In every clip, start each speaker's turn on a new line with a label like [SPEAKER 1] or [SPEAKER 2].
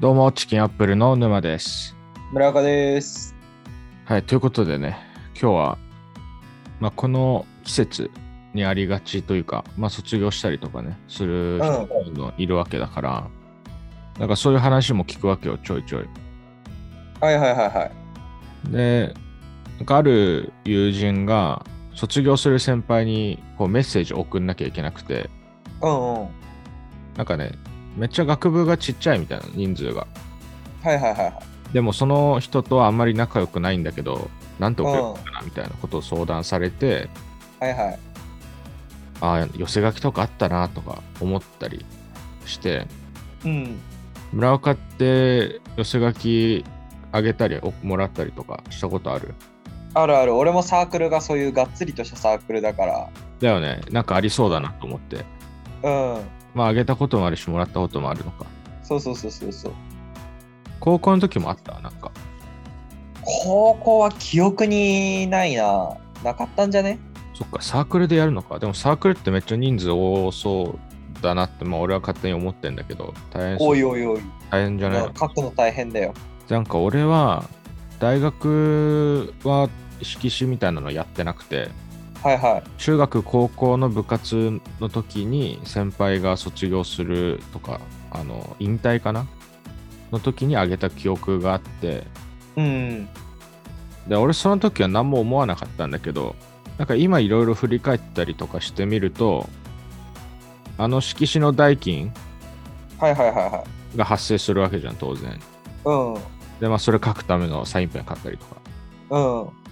[SPEAKER 1] どうも、チキンアップルの沼です。
[SPEAKER 2] 村岡です。
[SPEAKER 1] はい、ということでね、今日は、まあ、この季節にありがちというか、まあ、卒業したりとかね、する人もどんどんいるわけだから、なんかそういう話も聞くわけよ、ちょいちょい。
[SPEAKER 2] はいはいはいはい。
[SPEAKER 1] で、なんかある友人が、卒業する先輩にこうメッセージを送んなきゃいけなくて、
[SPEAKER 2] うんうん。
[SPEAKER 1] なんかね、めっちゃ学部がちっちゃいみたいな、人数が。
[SPEAKER 2] はいはいはいはい。
[SPEAKER 1] でもその人とはあんまり仲良くないんだけど、なんて送ればいい
[SPEAKER 2] うん
[SPEAKER 1] かなみたいなことを相談されて、
[SPEAKER 2] はいはい。
[SPEAKER 1] ああ寄せ書きとかあったなとか思ったりして
[SPEAKER 2] うん。
[SPEAKER 1] 村岡って寄せ書きあげたりおもらったりとかしたことある
[SPEAKER 2] あるある。俺もサークルがそういうがっつりとしたサークルだか
[SPEAKER 1] だよねなんかありそうだなと思って
[SPEAKER 2] ら。うん。
[SPEAKER 1] まああげたこともあるしもらったこともあるのか
[SPEAKER 2] そうそうそうそうそう。
[SPEAKER 1] 高校の時もあったなんか
[SPEAKER 2] 高校は記憶にないな。なかったんじゃね
[SPEAKER 1] そっかサークルでやるのかでもサークルってめっちゃ人数多そうだなってまあ俺は勝手に思ってんだけど大変そう
[SPEAKER 2] おいおいおい。
[SPEAKER 1] 大変じゃないの
[SPEAKER 2] 書くの大変だよ。
[SPEAKER 1] なんか俺は大学は色紙みたいなのやってなくて
[SPEAKER 2] はいはい。
[SPEAKER 1] 中学高校の部活の時に先輩が卒業するとかあの引退かなの時にあげた記憶があって
[SPEAKER 2] うん。
[SPEAKER 1] で俺その時は何も思わなかったんだけどなんか今いろいろ振り返ったりとかしてみるとあの色紙の代金
[SPEAKER 2] はいはいはいはい。
[SPEAKER 1] が発生するわけじゃん当然
[SPEAKER 2] うん。
[SPEAKER 1] でまあそれ書くためのサインペン買ったりとか
[SPEAKER 2] うん。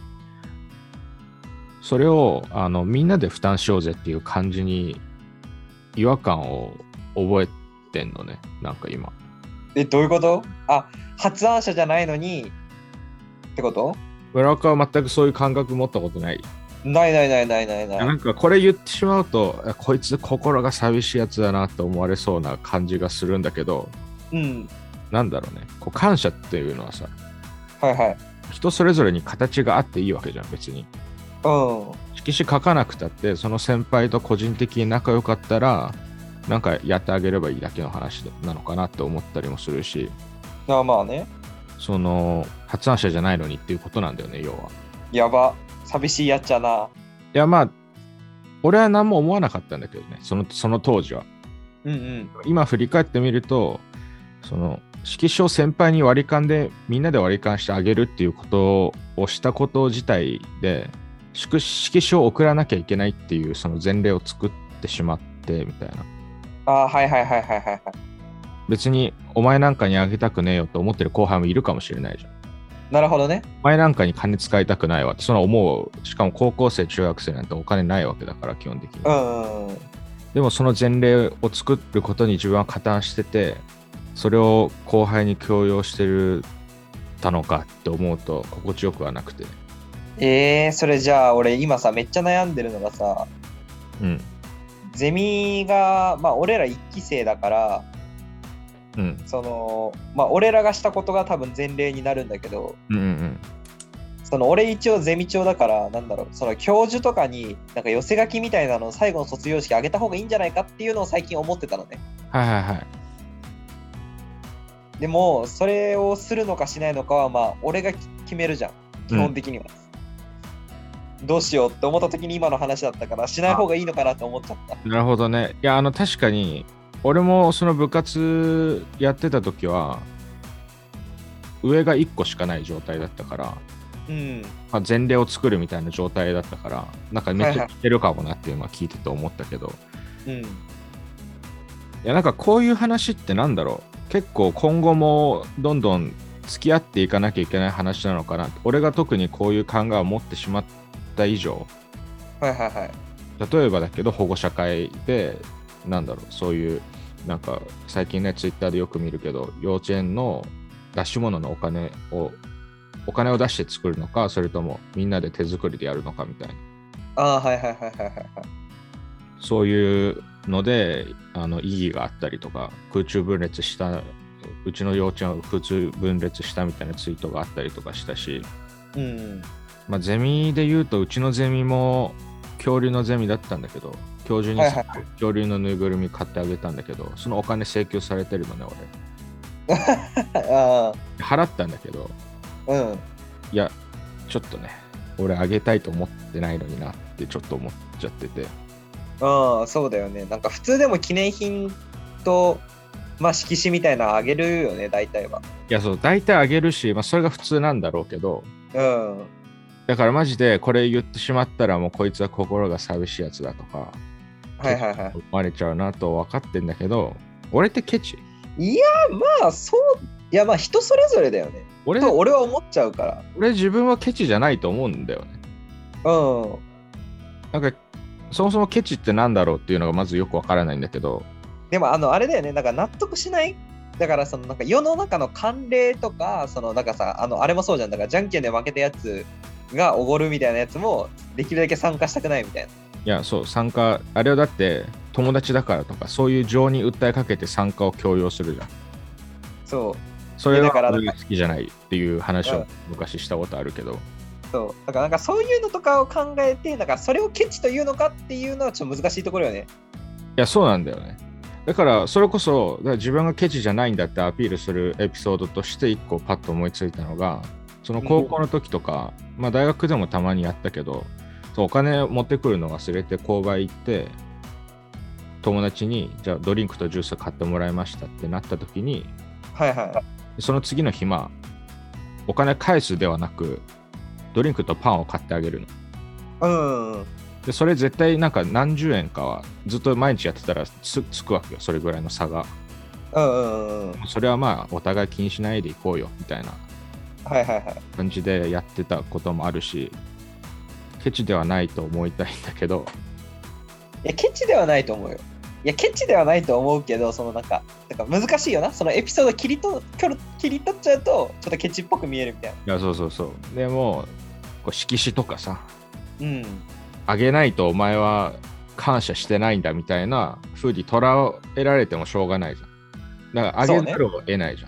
[SPEAKER 1] それをあのみんなで負担しようぜっていう感じに違和感を覚えてんのねなんか今
[SPEAKER 2] え、どういうことあ、発案者じゃないのにってこと
[SPEAKER 1] 村岡は全くそういう感覚持ったことない。
[SPEAKER 2] ないないないないない
[SPEAKER 1] な
[SPEAKER 2] ない。
[SPEAKER 1] んかこれ言ってしまうと、あこいつ心が寂しいやつだなと思われそうな感じがするんだけど、
[SPEAKER 2] うん。
[SPEAKER 1] なんだろうね、こう感謝っていうのはさ、
[SPEAKER 2] はいはい。
[SPEAKER 1] 人それぞれに形があっていいわけじゃん、別に。
[SPEAKER 2] うん。
[SPEAKER 1] 色紙書かなくたって、その先輩と個人的に仲良かったら、なんかやってあげればいいだけの話なのかなって思ったりもするし、
[SPEAKER 2] まあまあね。
[SPEAKER 1] その発案者じゃないのにっていうことなんだよね、要は。
[SPEAKER 2] やば、寂しいやっちゃな。
[SPEAKER 1] いや、まあ、俺は何も思わなかったんだけどね、そのその当時は。
[SPEAKER 2] うんうん。
[SPEAKER 1] 今振り返ってみるとその色紙を先輩に割り勘でみんなで割り勘してあげるっていうことをしたこと自体で色色紙を送らなきゃいけないっていうその前例を作ってしまってみたいな
[SPEAKER 2] ああ、はいはいはいはいはいはい。
[SPEAKER 1] 別にお前なんかにあげたくねえよと思ってる後輩もいるかもしれないじゃん
[SPEAKER 2] なるほどね。
[SPEAKER 1] お前なんかに金使いたくないわってその思うしかも高校生中学生なんてお金ないわけだから基本的に
[SPEAKER 2] うんうん。
[SPEAKER 1] でもその前例を作ることに自分は加担しててそれを後輩に強要してるたのかって思うと心地よくはなくて
[SPEAKER 2] えー、それじゃあ俺今さ、めっちゃ悩んでるのがさ、
[SPEAKER 1] うん
[SPEAKER 2] ゼミが、まあ俺ら一期生だから、
[SPEAKER 1] うん
[SPEAKER 2] その、まあ俺らがしたことが多分前例になるんだけど、
[SPEAKER 1] うんうん
[SPEAKER 2] その俺一応ゼミ長だから、なんだろう、その教授とかになんか寄せ書きみたいなのを最後の卒業式あげた方がいいんじゃないかっていうのを最近思ってたのね。
[SPEAKER 1] はいはいはい
[SPEAKER 2] でも、それをするのかしないのかはまあ俺が決めるじゃん。基本的には、どうしようって思った時に今の話だったからしない方がいいのかなと思っちゃった
[SPEAKER 1] うんなるほどねいやあの確かに俺もその部活やってた時は上が1個しかない状態だったから、
[SPEAKER 2] うん
[SPEAKER 1] まあ、前例を作るみたいな状態だったからなんかめっちゃ似てるかもなっていうのは聞いてて思ったけど、
[SPEAKER 2] うん
[SPEAKER 1] いやなんかこういう話ってなんだろう結構今後もどんどん付き合っていかなきゃいけない話なのかな俺が特にこういう考えを持ってしまった以上
[SPEAKER 2] はいはいはい
[SPEAKER 1] 例えばだけど保護者会でなんだろうそういうなんか最近ねツイッターでよく見るけど幼稚園の出し物のお金をお金を出して作るのかそれともみんなで手作りでやるのかみたいな
[SPEAKER 2] ああはいはいはいはいはいはい
[SPEAKER 1] そういうのであの意義があったりとか空中分裂したうちの幼稚園は空中分裂したみたいなツイートがあったりとかしたし、
[SPEAKER 2] うん
[SPEAKER 1] まあ、ゼミで言うとうちのゼミも恐竜のゼミだったんだけど教授に
[SPEAKER 2] はいはい
[SPEAKER 1] 恐竜のぬいぐるみ買ってあげたんだけどそのお金請求されてるのね俺
[SPEAKER 2] あ
[SPEAKER 1] 払ったんだけど、
[SPEAKER 2] あ、うん。
[SPEAKER 1] いや、ちょっとね、俺あげたいと思ってないのになってちょっと思っちゃってて、
[SPEAKER 2] ああ、そうだよね。なんか普通でも記念品と、まあ色紙みたいなのあげるよね、大体は。
[SPEAKER 1] いや、そう、大体あげるし、まあ、それが普通なんだろうけど、
[SPEAKER 2] うん。
[SPEAKER 1] だからマジでこれ言ってしまったらもうこいつは心が寂しいやつだとか
[SPEAKER 2] はいはいはい。
[SPEAKER 1] 思われちゃうなと分かってんだけど俺ってケチ
[SPEAKER 2] いや、まあそう、いやまあ人それぞれだよね。
[SPEAKER 1] 俺
[SPEAKER 2] と俺は思っちゃうか
[SPEAKER 1] 俺自分はケチじゃないと思うんだよね
[SPEAKER 2] ら。うん。
[SPEAKER 1] なんかそもそもケチってなんだろうっていうのがまずよく分からないんだけど
[SPEAKER 2] でもあのあれだよねなんか納得しないだからそのなんか世の中の慣例とかそのなんかさあのあれもそうじゃんだからじゃんけんで負けたやつがおごるみたいなやつもできるだけ参加したくないみたいない
[SPEAKER 1] やそう参加あれはだって友達だからとかそういう情に訴えかけて参加を強要するじゃん
[SPEAKER 2] そう
[SPEAKER 1] それ
[SPEAKER 2] いや
[SPEAKER 1] は
[SPEAKER 2] だから
[SPEAKER 1] 俺好きじゃないっていう話
[SPEAKER 2] う
[SPEAKER 1] を
[SPEAKER 2] ん
[SPEAKER 1] 昔したことあるけど
[SPEAKER 2] そうだからなんかそういうのとかを考えてなんかそれをケチというのかっていうのはちょっと難しいところよね
[SPEAKER 1] いや、そうなんだよね。だから、それこそ、だから自分がケチじゃないんだってアピールするエピソードとして、一個パッと思いついたのが、その高校の時とか、まあ大学でもたまにやったけど、そうお金持ってくるの忘れて購買行って、友達に、じゃあドリンクとジュース買ってもらいましたってなった時に、
[SPEAKER 2] はいは
[SPEAKER 1] その次の日、まあ、お金返すではなく、ドリンクとパンを買ってあげるの。
[SPEAKER 2] いうん
[SPEAKER 1] でそれ絶対なんか何十円かはずっと毎日やってたらつつくわけよそれぐらいの差が
[SPEAKER 2] うんうんうん
[SPEAKER 1] それはまあお互い気にしないでいこうよみたいな
[SPEAKER 2] はいはいはい
[SPEAKER 1] 感じでやってたこともあるしケチではないと思いたいんだけど
[SPEAKER 2] いやケチではないと思うよいやケチではないと思うけどそのなんかなんか難しいよなそのエピソード切りと切り取っちゃうとちょっとケチっぽく見えるみたいない
[SPEAKER 1] やそうそうそうでもこう色紙とかさ
[SPEAKER 2] うん
[SPEAKER 1] あげないとお前は感謝してないんだみたいな風に捉えられてもしょうがないじゃんだからあげざるを得ないじ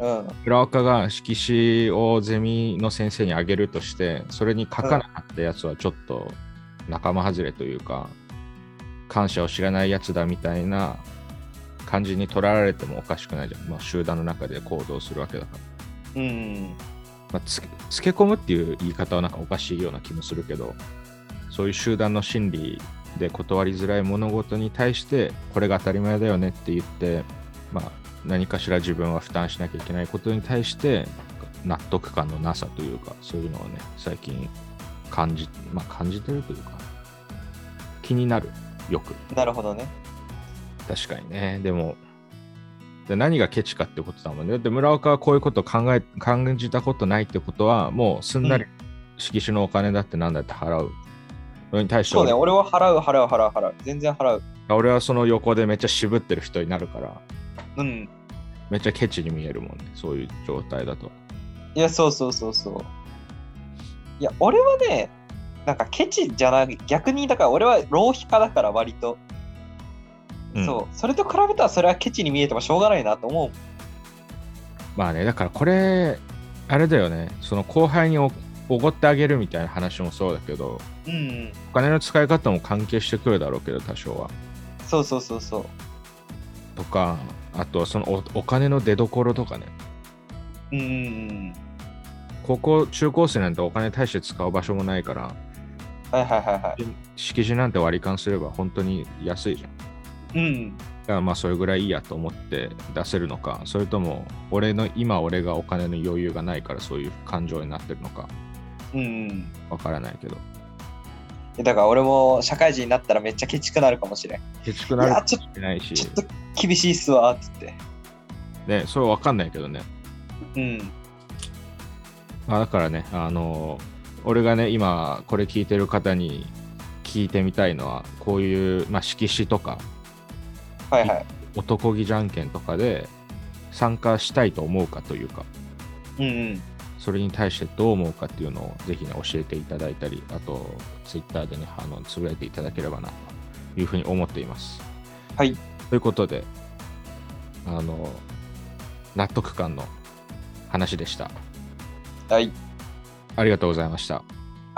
[SPEAKER 1] ゃん、
[SPEAKER 2] うん
[SPEAKER 1] 村岡が色紙をゼミの先生にあげるとしてそれに書かなかったやつはちょっと仲間外れというか感謝を知らないやつだみたいな感じに取られてもおかしくないじゃん、まあ、集団の中で行動するわけだから、
[SPEAKER 2] うん
[SPEAKER 1] まあ、つつけ込むっていう言い方はなんかおかしいような気もするけどそういう集団の心理で断りづらい物事に対してこれが当たり前だよねって言って、まあ、何かしら自分は負担しなきゃいけないことに対して納得感のなさというかそういうのをね最近感じ,、まあ、感じてるというか気になるよく
[SPEAKER 2] なるほどね。
[SPEAKER 1] 確かにねでもで何がケチかってことだもんねだって村岡はこういうことを考え感じたことないってことはもうすんなり色紙のお金だってなんだって払うのに対して
[SPEAKER 2] そう
[SPEAKER 1] 俺,、
[SPEAKER 2] ね、俺は払う、払う、払う、払う。全然払う。
[SPEAKER 1] 俺はその横でめっちゃ渋ってる人になるから
[SPEAKER 2] うん。
[SPEAKER 1] めっちゃケチに見えるもんねそういう状態だと
[SPEAKER 2] いや、そうそうそうそう。いや、俺はね、なんかケチじゃない、逆にだから俺は浪費家だから割と。
[SPEAKER 1] うん
[SPEAKER 2] そう。それと比べたらそれはケチに見えてもしょうがないなと思う。
[SPEAKER 1] まあねだからこれあれだよねその後輩におおごってあげるみたいな話もそうだけど
[SPEAKER 2] うん。
[SPEAKER 1] お金の使い方も関係してくるだろうけど多少は
[SPEAKER 2] そうそうそうそう。
[SPEAKER 1] とかあとはそのおお金の出どころとかね
[SPEAKER 2] うん。
[SPEAKER 1] 高校中高生なんてお金大して使う場所もないから
[SPEAKER 2] はいはいはいは
[SPEAKER 1] 敷地なんて割り勘すれば本当に安いじゃんだ
[SPEAKER 2] い。うん。
[SPEAKER 1] からまあそれぐらいいいやと思って出せるのかそれとも俺の今俺がお金の余裕がないからそういう感情になってるのか
[SPEAKER 2] うん。
[SPEAKER 1] わからないけど
[SPEAKER 2] だから俺も社会人になったらめっちゃケチくなるかもしれん。い
[SPEAKER 1] ケチくなる
[SPEAKER 2] や、
[SPEAKER 1] か
[SPEAKER 2] ちょ
[SPEAKER 1] もしれないし
[SPEAKER 2] ちょっと厳しいっすわ、つって。
[SPEAKER 1] ねそれわかんないけどね
[SPEAKER 2] うん。
[SPEAKER 1] まあだからねあの俺がね今これ聞いてる方に聞いてみたいのはこういう、まあ、色紙とか
[SPEAKER 2] はいはい。
[SPEAKER 1] 男気じゃんけんとかで参加したいと思うかというか
[SPEAKER 2] うんうん。
[SPEAKER 1] それに対してどう思うかっていうのをぜひね教えていただいたりあとツイッターでねあのつぶやいていただければなというふうに思っています
[SPEAKER 2] はい
[SPEAKER 1] ということであの納得感の話でした
[SPEAKER 2] はい。あり
[SPEAKER 1] ありがとうございました
[SPEAKER 2] がと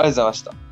[SPEAKER 2] うございました。